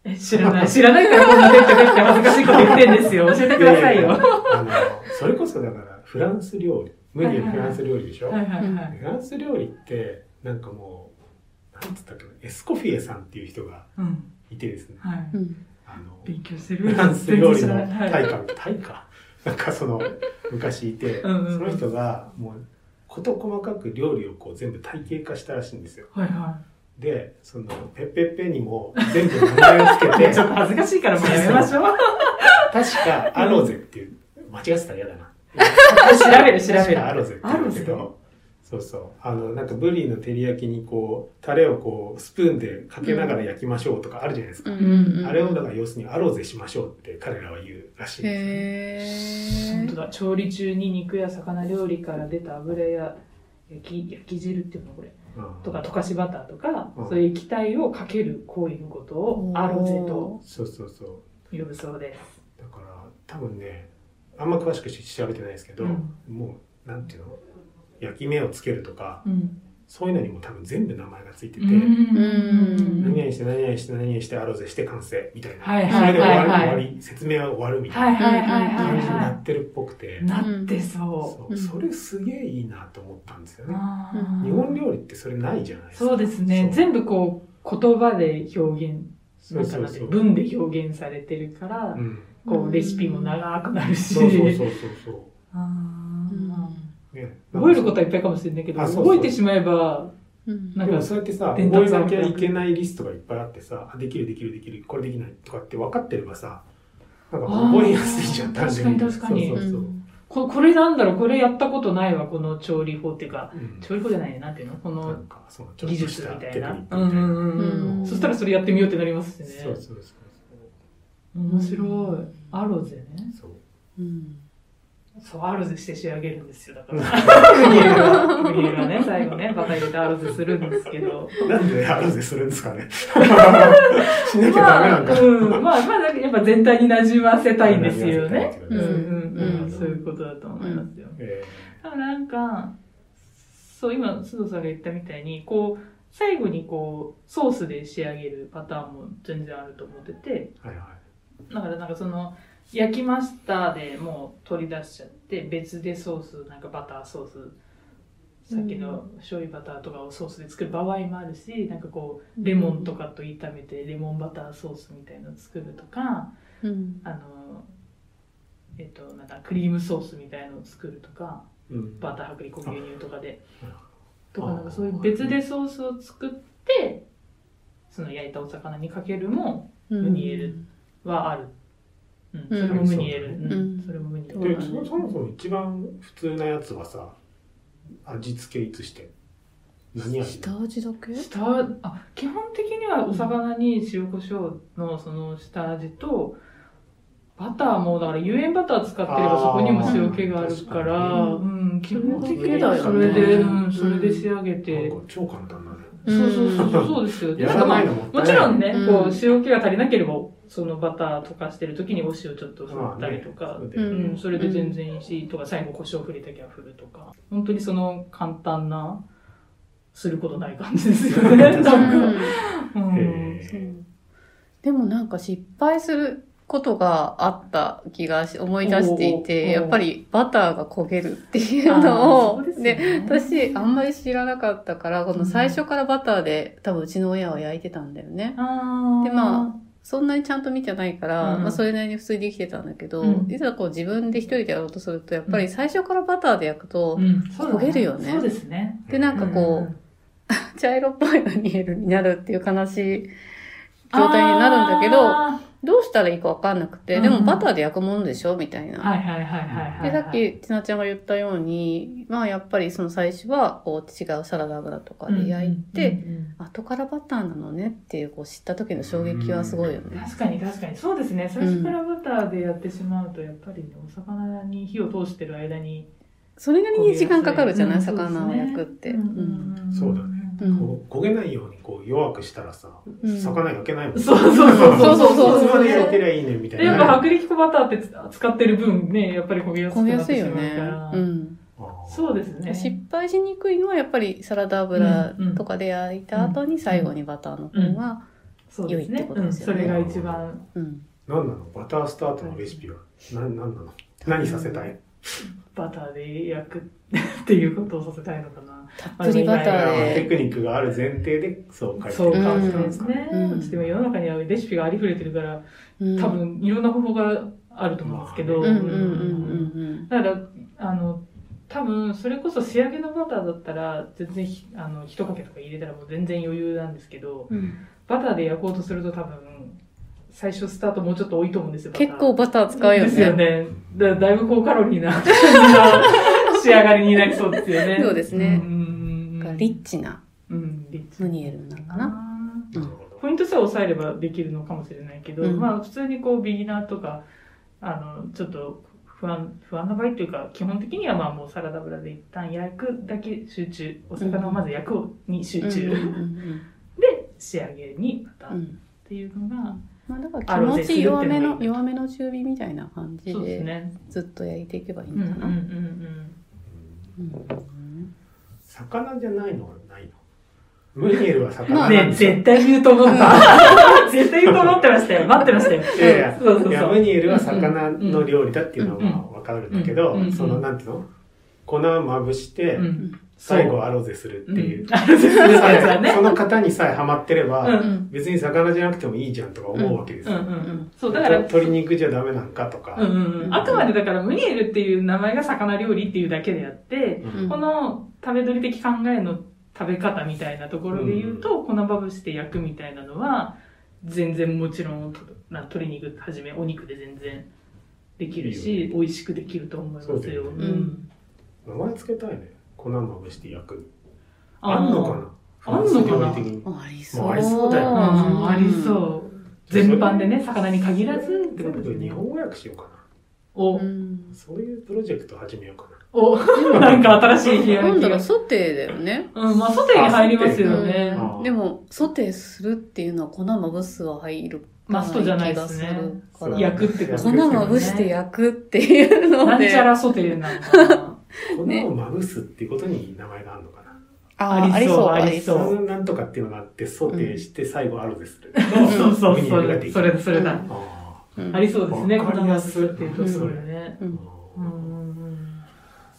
Speaker 1: え知らない。知らないからこんなでっかくて恥ずかしいこと言ってんです よ。教えてくださいよ。
Speaker 2: や
Speaker 1: はい
Speaker 2: やあのそれこそだからフランス料理無理やりフランス料理でしょ、
Speaker 1: はいは
Speaker 2: フランス料理ってなんかもうなんつったっけなエスコフィエさんっていう人が
Speaker 1: い。うん。
Speaker 2: いてですね
Speaker 1: はい。
Speaker 3: うん
Speaker 2: あの
Speaker 1: 勉強してる。
Speaker 2: フランス料理の
Speaker 1: 全然知らない
Speaker 2: 大家大家なんかその昔いてそ
Speaker 1: うんうんうん
Speaker 2: の人がもう事細かく料理をこう全部体系化したらしいんですよ
Speaker 1: はいは
Speaker 2: でそのペッペッペにも全部名前をつけ
Speaker 1: い。
Speaker 2: て
Speaker 1: ちょっと恥ずかしいからもうやめましょう。
Speaker 2: 確かアロゼっていう間違ってたら嫌だな
Speaker 1: 調べる調べる
Speaker 2: 確かアロゼっていうんだけ
Speaker 1: アロ
Speaker 2: どそうそうあのなんかブリの照り焼きにこうタレをこうスプーンでかけながら焼きましょうとかあるじゃないですか、
Speaker 1: うん
Speaker 2: あれをだから要するにアロゼしましょうって彼らは言うらしいんですよ
Speaker 3: へ
Speaker 1: 本当
Speaker 3: ー
Speaker 1: だ調理中に肉や魚料理から出た油や焼き焼き汁っていうのこれ
Speaker 2: うん
Speaker 1: とか溶かしバターとか、
Speaker 2: うん
Speaker 1: そういう液体をかける行為のことをアロゼと
Speaker 2: そうそうそう
Speaker 1: 呼ぶそうです
Speaker 2: だから多分ねあんま詳しく調べてないですけど、
Speaker 1: うん
Speaker 2: もうなんていうの焼き目をつけるとか
Speaker 1: うん
Speaker 2: そういうのにも多分全部名前がついてて、
Speaker 3: ん
Speaker 2: 何々して何々して何々してアロゼして完成みたいな、
Speaker 1: はいはい
Speaker 2: それで終
Speaker 1: は
Speaker 2: わ
Speaker 1: い
Speaker 2: り、
Speaker 1: はい
Speaker 2: 終わり説明は終わるみた
Speaker 1: はいい
Speaker 2: な
Speaker 1: はいはいは
Speaker 2: 感
Speaker 1: い
Speaker 2: じにな
Speaker 1: は
Speaker 2: ってるっぽくて、
Speaker 1: いなってそ
Speaker 2: そううんそれすげえいいなと思ったんですよ
Speaker 1: う、
Speaker 2: ね、
Speaker 1: あ
Speaker 3: うん
Speaker 1: ー
Speaker 2: 日本料理ってそれないじゃないですか
Speaker 1: そうですね
Speaker 2: そう
Speaker 1: 全部こう言葉で表現
Speaker 2: そうそうそう
Speaker 1: なんかなんて文で表現されてるから、
Speaker 2: うん、
Speaker 1: こうレシピも長くなるし
Speaker 2: そうそうそうそうそ
Speaker 1: あー
Speaker 2: う、ね、
Speaker 1: うん覚えることはいっぱいかもしれないけど
Speaker 2: あそうそう
Speaker 1: 覚えてしまえば
Speaker 3: うん
Speaker 1: なん
Speaker 2: で
Speaker 1: か
Speaker 2: もそうやってさ
Speaker 1: 伝
Speaker 2: 覚え
Speaker 1: 達され
Speaker 2: な
Speaker 1: て
Speaker 2: き
Speaker 1: る
Speaker 2: ゃいけないリストがいっぱいあってさあできるできるできるこれできないとかって分かってればさなんか覚えやすいじゃん
Speaker 1: あー確かに
Speaker 2: そうそうそう、
Speaker 1: ここれなんだろうこれやったことないわこの調理法っていうか
Speaker 2: うん
Speaker 1: 調理法じゃないねなんていうのこ
Speaker 2: な
Speaker 1: の
Speaker 2: んかそのちょっ
Speaker 1: 技
Speaker 2: とし
Speaker 1: 術
Speaker 2: た
Speaker 1: みた
Speaker 2: テク
Speaker 1: い
Speaker 2: ニッ
Speaker 1: な
Speaker 2: クみた
Speaker 1: う
Speaker 2: い
Speaker 1: んう
Speaker 2: なん
Speaker 1: うん
Speaker 3: うん
Speaker 1: そしたらそれやってみようってなりますしね
Speaker 2: そうそうそうそう
Speaker 1: 面白いアロゼね
Speaker 2: そう
Speaker 3: うん
Speaker 1: そうアロゼして仕上げるんですよだか
Speaker 2: う
Speaker 1: ら
Speaker 2: ん
Speaker 1: クリエがクリエがね最後ねバタ入れてアロゼするんですけど
Speaker 2: なんでアロゼするんですかね しなきゃダメなん
Speaker 1: まあ
Speaker 2: か、
Speaker 1: うんまあまあやっぱ全体に馴染ませたいんですよね
Speaker 2: う
Speaker 1: うん
Speaker 2: ん
Speaker 1: うんう
Speaker 3: うんん
Speaker 1: そういうことだと思いますよ
Speaker 2: え
Speaker 1: でもなんかそう今須藤さんが言ったみたいにこう最後にこうソースで仕上げるパターンも全然あると思ってて
Speaker 2: ーはいはい
Speaker 1: だからなんかその焼きましたでもう取り出しちゃって別でソースなんかバターソースさっきの醤油バターとかをソースで作る場合もあるしなんかこうレモンとかと炒めてレモンバターソースみたいの作るとか
Speaker 3: うん
Speaker 1: あのえっとなんだクリームソースみたいのを作るとか
Speaker 2: うん
Speaker 1: バター薄力粉牛乳とかで
Speaker 2: あ
Speaker 1: とかなんかそういう別でソースを作ってその焼いたお魚にかけるも
Speaker 3: うん
Speaker 1: ムニエルはある。うん、それも無に得る。うん、
Speaker 3: うん
Speaker 1: それも無に得る。
Speaker 2: でそそもそも一番普通なやつはさ味付けいつして何味
Speaker 3: 下味だけ
Speaker 1: 下あ基本的にはお魚に塩コショウのその下味とバターもだから有塩バター使ってればそこにも塩気があるから、
Speaker 3: あー
Speaker 1: うん基本的
Speaker 2: それ
Speaker 1: に
Speaker 2: だ
Speaker 1: は
Speaker 2: よね
Speaker 1: それで、うん、
Speaker 3: うん
Speaker 1: それで仕上げ
Speaker 2: なん
Speaker 1: て
Speaker 2: か、超簡単だね
Speaker 1: そうそうそうそうそうですよ。で
Speaker 2: やらない
Speaker 1: も
Speaker 2: のも
Speaker 1: も
Speaker 2: ったいな
Speaker 1: ち
Speaker 2: い
Speaker 1: ろんね、
Speaker 3: うん
Speaker 1: こう塩気が足りなければそのバター溶かしてる時にお塩ちょっと振
Speaker 2: まあ
Speaker 1: ったり
Speaker 2: ね
Speaker 1: とか、
Speaker 2: そう
Speaker 3: う
Speaker 2: だよね
Speaker 1: うん、それで全然いいし、とか最後胡椒振りたきゃ振るとか本当にその簡単なすることない感じですよね
Speaker 2: うん
Speaker 1: 多分、う
Speaker 2: へ
Speaker 1: ん、
Speaker 2: ー
Speaker 3: そうでもなんか失敗することがあった気がし思い出してい
Speaker 1: おーお
Speaker 3: て
Speaker 1: ー
Speaker 3: やっぱりバターが焦げるっていうの
Speaker 1: あ
Speaker 3: を
Speaker 1: ーそうですよ
Speaker 3: で
Speaker 1: ね
Speaker 3: 私あんまり知らなかったからこの最初からバターで多分うちの親は焼いてたんだよね
Speaker 1: あー
Speaker 3: でまそんなにちゃんと見てないから、
Speaker 1: うん
Speaker 3: まあそれなりに普通にできてたんだけど、
Speaker 1: うん
Speaker 3: いざこう自分で一人でやろうとするとやっぱり最初からバターで焼くと、
Speaker 1: うんそうだ
Speaker 3: 焦げるよね
Speaker 1: そうですね
Speaker 3: でなんかこ
Speaker 1: ん
Speaker 3: う茶色っぽいムニエルになるっていう悲しい状態になるんだけど
Speaker 1: あ
Speaker 3: どうしたらいいかわかんなくて、で
Speaker 1: うんう
Speaker 3: も
Speaker 1: ん
Speaker 3: バターで焼くものでしょみたい
Speaker 1: ー
Speaker 3: な。
Speaker 1: はいはいはいはいは
Speaker 3: で、
Speaker 1: い
Speaker 3: さっき、ちなちゃんが言ったように、まあ、やっぱりその最初は、こう、違うサラダ油とかで焼いて、
Speaker 1: うんうんうん
Speaker 3: 後からバターなのねっていう、こう、知った時の衝撃はすごいよ
Speaker 1: うん
Speaker 3: ね。
Speaker 1: 確かに確かにそうですね最初からバターでやってしまうとやっぱりねお魚に火を通してる間に
Speaker 3: それなりに時間かかるじゃない、
Speaker 1: うん
Speaker 3: 魚を焼くって。うん
Speaker 2: そうだね
Speaker 1: うん
Speaker 2: こう焦げないようにこう弱くしたらさ
Speaker 3: うん
Speaker 2: 魚焼けないもんね
Speaker 1: そうそうそうそうそうそう
Speaker 2: そ
Speaker 1: そうう
Speaker 2: で焼いてりゃいいねみたい
Speaker 1: でやっ
Speaker 2: な
Speaker 1: ぱ薄力粉バターってつ使ってる分ねやっぱり焦げやす
Speaker 3: 焦
Speaker 1: く
Speaker 3: げや
Speaker 1: なっ
Speaker 3: す
Speaker 1: て
Speaker 3: い
Speaker 1: し
Speaker 3: よ
Speaker 1: まう
Speaker 3: ね
Speaker 1: から、。
Speaker 3: うん。
Speaker 1: そうです
Speaker 3: 失
Speaker 1: ね
Speaker 3: 敗しにくいのは、やっぱりサラダ油とかで焼いた後に、最後にバターの方が、
Speaker 1: そうです
Speaker 3: 良いっ
Speaker 1: ね
Speaker 3: てこ
Speaker 1: う
Speaker 3: とで
Speaker 1: ん
Speaker 3: す
Speaker 1: そ
Speaker 3: よね
Speaker 1: れが一番
Speaker 3: うん。
Speaker 2: 何なのバタースタートのレシピは何なの何させたい
Speaker 1: バターで焼くっていうことをさせたいのかな
Speaker 3: たっぷりバタ
Speaker 1: あ
Speaker 3: ー
Speaker 1: れ
Speaker 2: テ
Speaker 3: で。
Speaker 2: クニックがある前提でそう書いて
Speaker 1: そう
Speaker 2: る
Speaker 1: か
Speaker 2: 感
Speaker 1: も
Speaker 2: じ
Speaker 1: し
Speaker 2: な
Speaker 1: れない
Speaker 2: んで
Speaker 1: ですす
Speaker 2: かね
Speaker 1: ね、
Speaker 3: うん
Speaker 1: うちでも世の中にはレシピがありふれてるから
Speaker 3: うん
Speaker 1: 多分いろんな方法があると思うんですけど、
Speaker 2: うん
Speaker 3: うんうんうん
Speaker 1: うん
Speaker 3: うんうん。
Speaker 1: だからあの多分それこそ仕上げのバターだったら全然ひあの一かけとか入れたらもう全然余裕なんですけどバターで焼こうとすると多分最初スタートもうちょっと多いと思うんですよバター
Speaker 3: 結構バター使うよね。
Speaker 1: ですよねだだいぶ高カロリーな感じの仕上がりになりそうですよね
Speaker 3: そうですね
Speaker 1: うんうんうんうん
Speaker 3: リッチな
Speaker 1: うんリッチ
Speaker 3: ムニエルなのかな。
Speaker 2: なるほど
Speaker 1: ポイントさえ抑えればできるのかもしれないけど、
Speaker 3: うん
Speaker 1: まあ普通にこうビギナーとかあのちょっと不安不安な場合というか基本的にはまあもうサラダ油で一旦焼くだけ集中お魚をまず焼くに集中、
Speaker 3: うんうん
Speaker 1: で仕上げにまた
Speaker 3: うんう
Speaker 1: っ
Speaker 3: ん
Speaker 1: ていうのが、
Speaker 3: まあだから気持ち弱めの弱めの中火みたいな感じ
Speaker 1: そうで
Speaker 3: で
Speaker 1: すね
Speaker 3: ずっと焼いていけばいい
Speaker 1: うんうんうん
Speaker 3: のかな。
Speaker 2: 魚じゃないのはないのムニエルは
Speaker 1: う
Speaker 2: 魚
Speaker 1: ん
Speaker 2: な
Speaker 1: ね
Speaker 2: んですよ
Speaker 1: 絶対言うと思った 絶対言うと思ってましたよ待ってましたよ
Speaker 2: いやいや
Speaker 1: そうそうそう
Speaker 2: いやムニエルは魚の料理だっていうのはまあわかるんだけど、
Speaker 1: うんうん
Speaker 2: そのなんていうの粉をまぶして、
Speaker 1: うん
Speaker 2: 最後アロゼするっていう、
Speaker 1: んあそうそうそうそう
Speaker 2: さえ
Speaker 1: ね
Speaker 2: その型にさえはまってれば、
Speaker 1: うん
Speaker 3: うん
Speaker 2: 別に魚じゃなくてもいいじゃんとか思うわけです
Speaker 1: うん
Speaker 2: よ、
Speaker 1: うんうんそうだ
Speaker 2: だ
Speaker 1: か
Speaker 2: からら鶏肉じゃダメなんかとか、
Speaker 1: うんうんうんあくまでだからムニエルっていう名前が魚料理っていうだけであって、
Speaker 2: うん
Speaker 3: うん
Speaker 1: この食べ鳥的考えの食べ方みたいなところで言うと、粉まぶして焼くみたいなのは全然もちろんとな鶏肉はじめお肉で全然できる
Speaker 2: いい
Speaker 1: し、美味しくできると思いますよ。
Speaker 2: そうだよね
Speaker 1: ん、
Speaker 2: 名前つけたいね粉まぶして焼く
Speaker 1: あ
Speaker 2: あんのかな
Speaker 1: あんのかな
Speaker 2: フランス料理的に
Speaker 3: ありそう。。
Speaker 2: もうありそうだよ
Speaker 1: なうん、ありそうう。全般でね、魚に限らずってこ
Speaker 2: 全
Speaker 1: と
Speaker 2: 部
Speaker 1: で
Speaker 2: 日
Speaker 1: ね。
Speaker 2: 本語訳しようか
Speaker 1: お、
Speaker 3: うん
Speaker 2: なそういうプロジェクト始めようかな
Speaker 1: お、なんか新しいひら
Speaker 3: なん
Speaker 1: めき
Speaker 3: だろ
Speaker 1: が
Speaker 3: う。ソテーだよね。
Speaker 1: うん、まあ、ソテーに入りますよね。
Speaker 2: あ
Speaker 3: うんでもソテーするっていうのは粉まぶすは入る。
Speaker 1: マストじゃないですね
Speaker 3: 気がるか
Speaker 2: そう
Speaker 3: ら
Speaker 1: 焼くってこと
Speaker 3: 粉まぶして焼くっていうの
Speaker 1: なん
Speaker 3: で。
Speaker 1: ちゃらソテーなのかな。
Speaker 2: 粉
Speaker 3: ね
Speaker 2: をまぶすっていうことに名前があるのかな、
Speaker 3: あー
Speaker 1: ありそうありそう
Speaker 2: そのなんとかっていうのがあってソテーして最後アロゼする、
Speaker 1: そうそうそう、
Speaker 2: ムニエ
Speaker 1: そ
Speaker 2: ルが
Speaker 1: れ
Speaker 2: できる
Speaker 1: それだ、それだ。
Speaker 2: あ
Speaker 3: うん
Speaker 1: ありそうですね、
Speaker 2: わ
Speaker 1: こ
Speaker 2: か
Speaker 1: の
Speaker 2: りや
Speaker 1: ます
Speaker 2: い
Speaker 1: っていうところでね。
Speaker 3: うん
Speaker 1: うんうん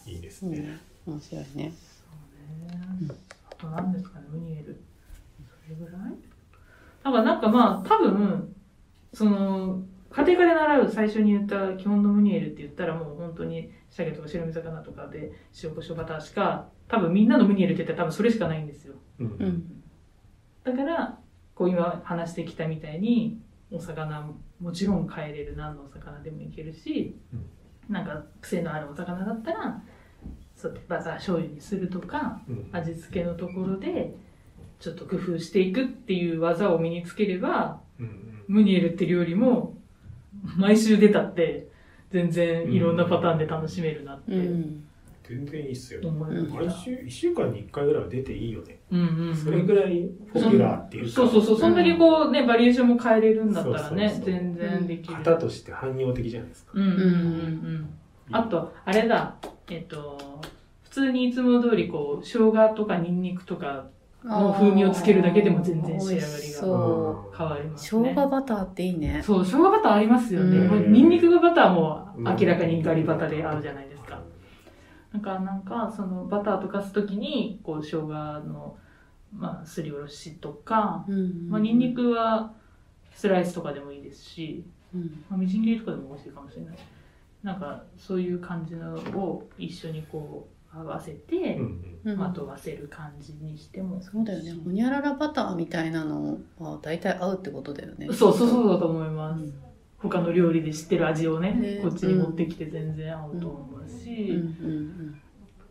Speaker 2: いいです
Speaker 3: うん
Speaker 2: ね。
Speaker 3: 面白いね。
Speaker 1: そうね。あと何ですかね、ムニエル。それぐらいだからなんかまあ、多分、その、家庭科で習う最初に言った基本のムニエルって言ったらもう本当に鮭とか白身魚とかで塩コショウバターしか、多分みんなのムニエルって言ったら多分それしかないんですよ。
Speaker 2: うん
Speaker 3: うん
Speaker 1: だから、こう今話してきたみたいに、お魚ももちろん買えれる何のお魚でもいけるし、なんか癖のあるお魚だったら、そうバター醤油にするとか、
Speaker 2: うん
Speaker 1: 味付けのところでちょっと工夫していくっていう技を身につければ
Speaker 2: うん
Speaker 1: ムニエルって料理も毎週出たって全然いろんなパターンで楽しめるなって
Speaker 3: うん
Speaker 2: 全然いいっすよ。
Speaker 1: 思いま
Speaker 2: 毎
Speaker 1: した。
Speaker 2: 週、一週間に一回ぐらいは出ていいよね。
Speaker 1: うんうんうん
Speaker 2: それぐらいポピュラーっていうか、
Speaker 1: そうそうそう、そんだけこうね、バリエーションも変えれるんだったら
Speaker 2: そう
Speaker 1: ね
Speaker 2: そ、うそう
Speaker 1: 全然できる。
Speaker 2: 型として汎用的じゃないですか。
Speaker 1: うんうんうんうん。あと、あれだ、えっと、普通にいつも通りこう、生姜とかニンニクとかの風味をつけるだけでも全然仕上がりが
Speaker 3: あー美味し
Speaker 2: う
Speaker 3: そ
Speaker 2: ん
Speaker 1: 変わります
Speaker 3: う。
Speaker 1: ね。
Speaker 3: 生姜バターっていいね。
Speaker 1: そう、生姜バターありますよね。
Speaker 3: うん
Speaker 1: もうニンニクがバターも明らかにガリバタで合うじゃないですか。。なんか、なんか、そのバターとかすときに、こう、生姜の、まあ、すりおろしとか、
Speaker 3: うん
Speaker 1: まあ、ニンニ。クはスライスとかでもいいですし、
Speaker 3: うん
Speaker 1: まあ、みじん切りとかでも美味しいかもしれない。なんか、そういう感じのを一緒にこう、合わせて
Speaker 2: うんう、ん
Speaker 3: うん
Speaker 1: まとわせる感じにしても。
Speaker 3: そうだよね。ほにゃららバターみたいなのは大体合うってことだよね。
Speaker 1: そうそうそうだと思います。
Speaker 3: うん
Speaker 1: 他の料理で知ってる味をね、
Speaker 3: ね
Speaker 1: こっちに持ってきて全然合うと思うし、
Speaker 3: うんうん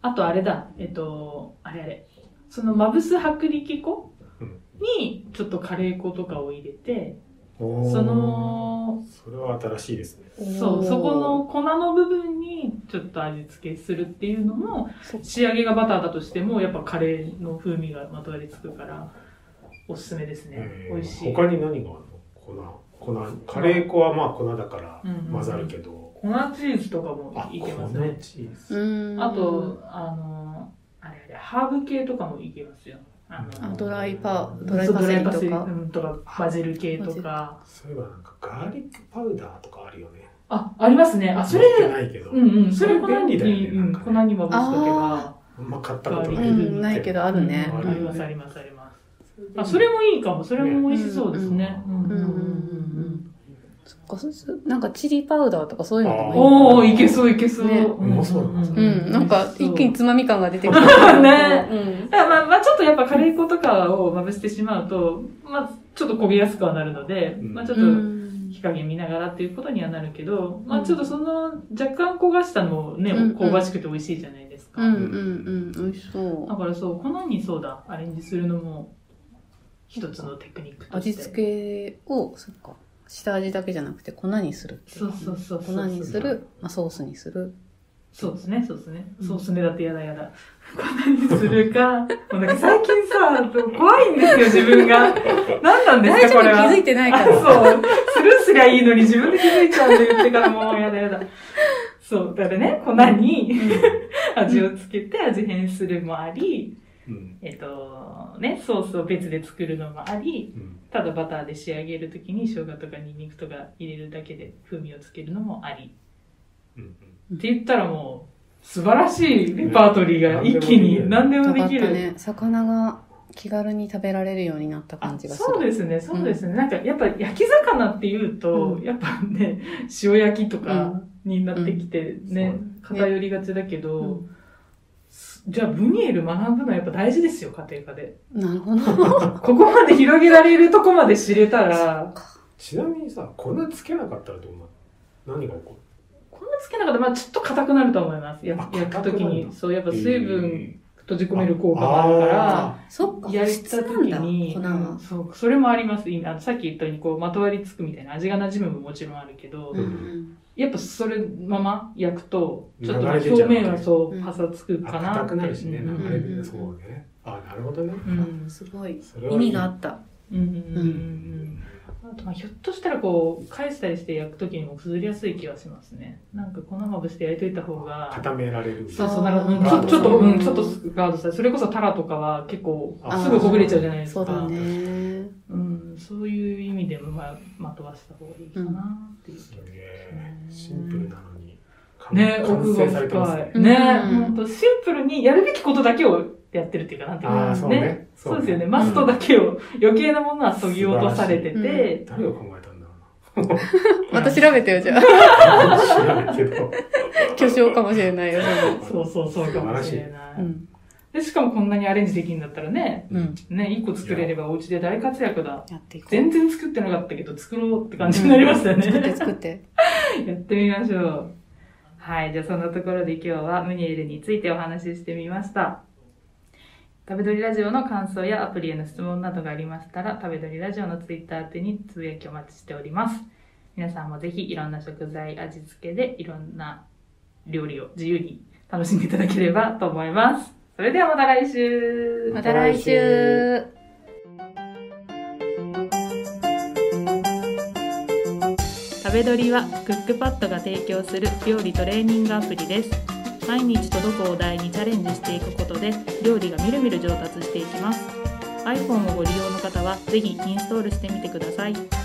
Speaker 1: あとあれだえっとあれあれそのまぶす薄力粉
Speaker 2: うん
Speaker 1: にちょっとカレー粉とかを入れて、
Speaker 2: おー
Speaker 1: そ、の
Speaker 2: それは新しいですね。
Speaker 3: うん。
Speaker 1: そ
Speaker 3: お
Speaker 1: う
Speaker 3: ー
Speaker 1: そこの粉の部分にちょっと味付けするっていうのも
Speaker 3: そっ
Speaker 1: 仕上げがバターだとしてもやっぱカレーの風味がまとわりつくからおすすめですね
Speaker 2: えー
Speaker 1: 美味しい
Speaker 2: 他に何があるの粉粉カレー粉はまあ粉だから
Speaker 1: うんうん
Speaker 2: 混ざるけど、
Speaker 1: 粉チーズとかもいけますね
Speaker 2: 粉チーズ、
Speaker 3: うん。
Speaker 1: あと、あの、あれあれ、ハーブ系とかもいけますよ。あ
Speaker 2: あ
Speaker 3: あ
Speaker 1: の、
Speaker 3: ドライパー、ドライ
Speaker 1: そう
Speaker 3: パセリ
Speaker 1: ド
Speaker 3: と
Speaker 1: セリ
Speaker 3: か。
Speaker 1: うんとか、バジル系とか。
Speaker 2: そういえばなんかガーリックパウダーとかあるよね
Speaker 1: あ、ありますね。あ、それ、
Speaker 2: 持ってないけど、
Speaker 1: うんうん、それ粉
Speaker 2: 便利
Speaker 1: に、
Speaker 2: だよね
Speaker 1: う
Speaker 2: なん
Speaker 1: ん、
Speaker 2: かね
Speaker 1: 粉にまぶしとけば。
Speaker 2: あんま買ったことな
Speaker 3: う
Speaker 2: い
Speaker 1: パー
Speaker 3: ん、ないけどあるね。
Speaker 1: うん
Speaker 2: あ
Speaker 1: あ
Speaker 2: る
Speaker 1: り
Speaker 2: よ
Speaker 1: ます、
Speaker 2: ね
Speaker 1: あります、あります。あ、それもいいかも。それも美味しそうですね。
Speaker 2: う
Speaker 1: うんんうんうんうん
Speaker 3: うんそっかそうそうなんかチリパウダーとかそういうのと
Speaker 1: うん。
Speaker 3: かもいい
Speaker 1: おー、いけそう、いけそう。
Speaker 3: ね
Speaker 2: うまそうだな
Speaker 3: う
Speaker 2: ー
Speaker 3: ん、なんか一気に。つまみ感が出てくる。
Speaker 1: ね
Speaker 3: うん。
Speaker 1: だからまあ、まあ、ちょっとやっぱカレー粉とかをまぶしてしまうと、まあ、ちょっと焦げやすくはなるので、
Speaker 2: うん
Speaker 1: まあ、ちょっ
Speaker 3: う
Speaker 1: と、
Speaker 3: ん
Speaker 1: 火加減見ながらっていうことにはなるけど、ま
Speaker 3: う
Speaker 1: あ
Speaker 3: ん
Speaker 1: ちょっとその若干焦がしたのもね、
Speaker 3: うんうん
Speaker 1: 香ばしくて美味しいじゃないですか。
Speaker 3: うんうんうん、美味し
Speaker 1: だ
Speaker 3: そ
Speaker 1: からそう、粉にそうだ、アレンジするのも一つのテクニック
Speaker 3: う。
Speaker 1: として。
Speaker 3: 味付けを、そっか、下味だけじゃなくて粉にするってい
Speaker 1: そうそうそうそう。
Speaker 3: 粉にする、まあ、ソースにする。
Speaker 1: そうですね、そうですね。
Speaker 3: うん
Speaker 1: そうですね、だってやだやだ。粉にするか。もうなんか最近さ、怖いんですよ、自分が。何なんで
Speaker 3: 大
Speaker 1: す
Speaker 3: 丈
Speaker 1: か、
Speaker 3: 夫
Speaker 1: こ
Speaker 3: 気
Speaker 1: れは。
Speaker 3: づいてないか
Speaker 1: あ
Speaker 3: ら。
Speaker 1: そう。スルーすりゃいいのに自分で気づいちゃうんで言ってからもうやだやだ。そう。だからね、粉に味をつけて味変するもあり、
Speaker 2: うん
Speaker 1: えっと、ね、ソースを別で作るのもあり、
Speaker 2: うん
Speaker 1: ただバターで仕上げるときに生姜とかニンニクとか入れるだけで風味をつけるのもあり。
Speaker 2: うん
Speaker 1: って言ったらもう、素晴らしいレパートリーが一気に何でも
Speaker 3: よ
Speaker 1: で
Speaker 3: かった
Speaker 1: きる。
Speaker 3: ね。魚が気軽に食べられるようになった感じがする。
Speaker 1: そうですね、そうですね。なんか、やっぱ焼き魚っていうと、
Speaker 3: うん
Speaker 1: やっぱね、塩焼きとかになってきてね、
Speaker 2: うん
Speaker 1: 偏りがちだけど、
Speaker 3: う
Speaker 1: すじゃあ、ブニエル学ぶのはやっぱ大事ですよ、家庭科で。
Speaker 3: なるほど。
Speaker 1: ここまで広げられるとこまで知れたら、
Speaker 2: ちなみにさ粉つけなかったらどうなる何が起こ
Speaker 1: こんなつけなかったら、まあちょっと硬くなると思います。や焼
Speaker 2: あ
Speaker 1: くとき
Speaker 2: 硬くなるん
Speaker 1: に。
Speaker 2: だ
Speaker 1: そう、やっぱ
Speaker 2: る
Speaker 1: 水分閉じ込める効果があるから、
Speaker 2: あ
Speaker 3: そっか、
Speaker 1: やりた時に、
Speaker 3: 質
Speaker 1: う
Speaker 3: なんだ
Speaker 1: んそう、それもあります。いあのさっき言ったように、こう、まとわりつくみたいな味が馴染むももちろんあるけど、
Speaker 3: 粉が。うん
Speaker 1: やっぱそれまま焼くと、ちょっと
Speaker 2: 流れ出
Speaker 1: 表
Speaker 2: ちゃうね
Speaker 1: 面はそうう、
Speaker 3: ん
Speaker 1: パサつく
Speaker 2: ー
Speaker 1: か
Speaker 2: あ
Speaker 1: な
Speaker 2: 硬
Speaker 1: って。
Speaker 2: くなるしね
Speaker 1: うん
Speaker 2: 流れ
Speaker 3: うんう
Speaker 2: で
Speaker 3: ん
Speaker 2: そうねあなるほどね
Speaker 1: う
Speaker 3: うんん。すごい。
Speaker 2: それは
Speaker 3: 意
Speaker 2: いい
Speaker 3: 味があった。
Speaker 1: うんうんう
Speaker 2: うん
Speaker 1: う
Speaker 2: ん
Speaker 1: んあとまあひょっとしたらこう返したりして焼く時にも崩れやすい気はしますねなんか粉まぶして焼いといた方が
Speaker 2: 固められる
Speaker 1: そう
Speaker 3: あ
Speaker 1: そ
Speaker 3: ー
Speaker 1: うなんかうんち
Speaker 2: ガー
Speaker 1: ょ
Speaker 2: ド
Speaker 1: ちょっと
Speaker 2: す
Speaker 1: うんちょっと
Speaker 2: る
Speaker 1: ガードしたりそれこそタラとかは結構
Speaker 2: あ
Speaker 1: すぐほぐれちゃうじゃないです
Speaker 3: そう
Speaker 1: か
Speaker 3: だね。
Speaker 1: うん、そういう意味でも、まあ、まとわせた方がいいかなっていう。
Speaker 2: すげえシンプルなのに完
Speaker 1: ね、
Speaker 2: 完
Speaker 1: 奥が
Speaker 2: 成されてます
Speaker 1: 深
Speaker 2: ね
Speaker 1: い。ね、
Speaker 3: うん
Speaker 1: 本当シンプルにやるべきことだけをやってるっていうか、なんていうか。
Speaker 2: ああそうね
Speaker 1: そうですよね。マストだけを、余計なものはそぎ落とされて
Speaker 3: 素晴ら
Speaker 1: て、
Speaker 2: 誰が考えたんだろ
Speaker 3: また調べてよ、じゃあ。
Speaker 2: うな 知らないけど
Speaker 3: 巨匠かもしれないよ、その
Speaker 1: そうそうそうかもしれな
Speaker 3: う
Speaker 1: い。
Speaker 3: ん。
Speaker 1: で、しかもこんなにアレンジできるんだったらね、
Speaker 3: うん。
Speaker 1: ね、一個作れればお家で大活躍だ。
Speaker 3: やっていこう。
Speaker 1: 全然作ってなかったけど、作ろうって感じになりました
Speaker 3: 作って
Speaker 1: ね。
Speaker 3: 作って。
Speaker 1: やってみましょう。はい、じゃあそんなところで今日はムニエルについてお話ししてみました。食べどりラジオの感想やアプリへの質問などがありましたら、食べどりラジオのツイッター宛てにつぶやきお待ちしております。皆さんもぜひいろんな食材、味付けでいろんな料理を自由に楽しんでいただければと思います。それではまた来週
Speaker 3: また来週。
Speaker 1: 食べどりはクックパッドが提供する料理トレーニングアプリです毎日届くお題にチャレンジしていくことで料理がみるみる上達していきます iPhone をご利用の方はぜひインストールしてみてください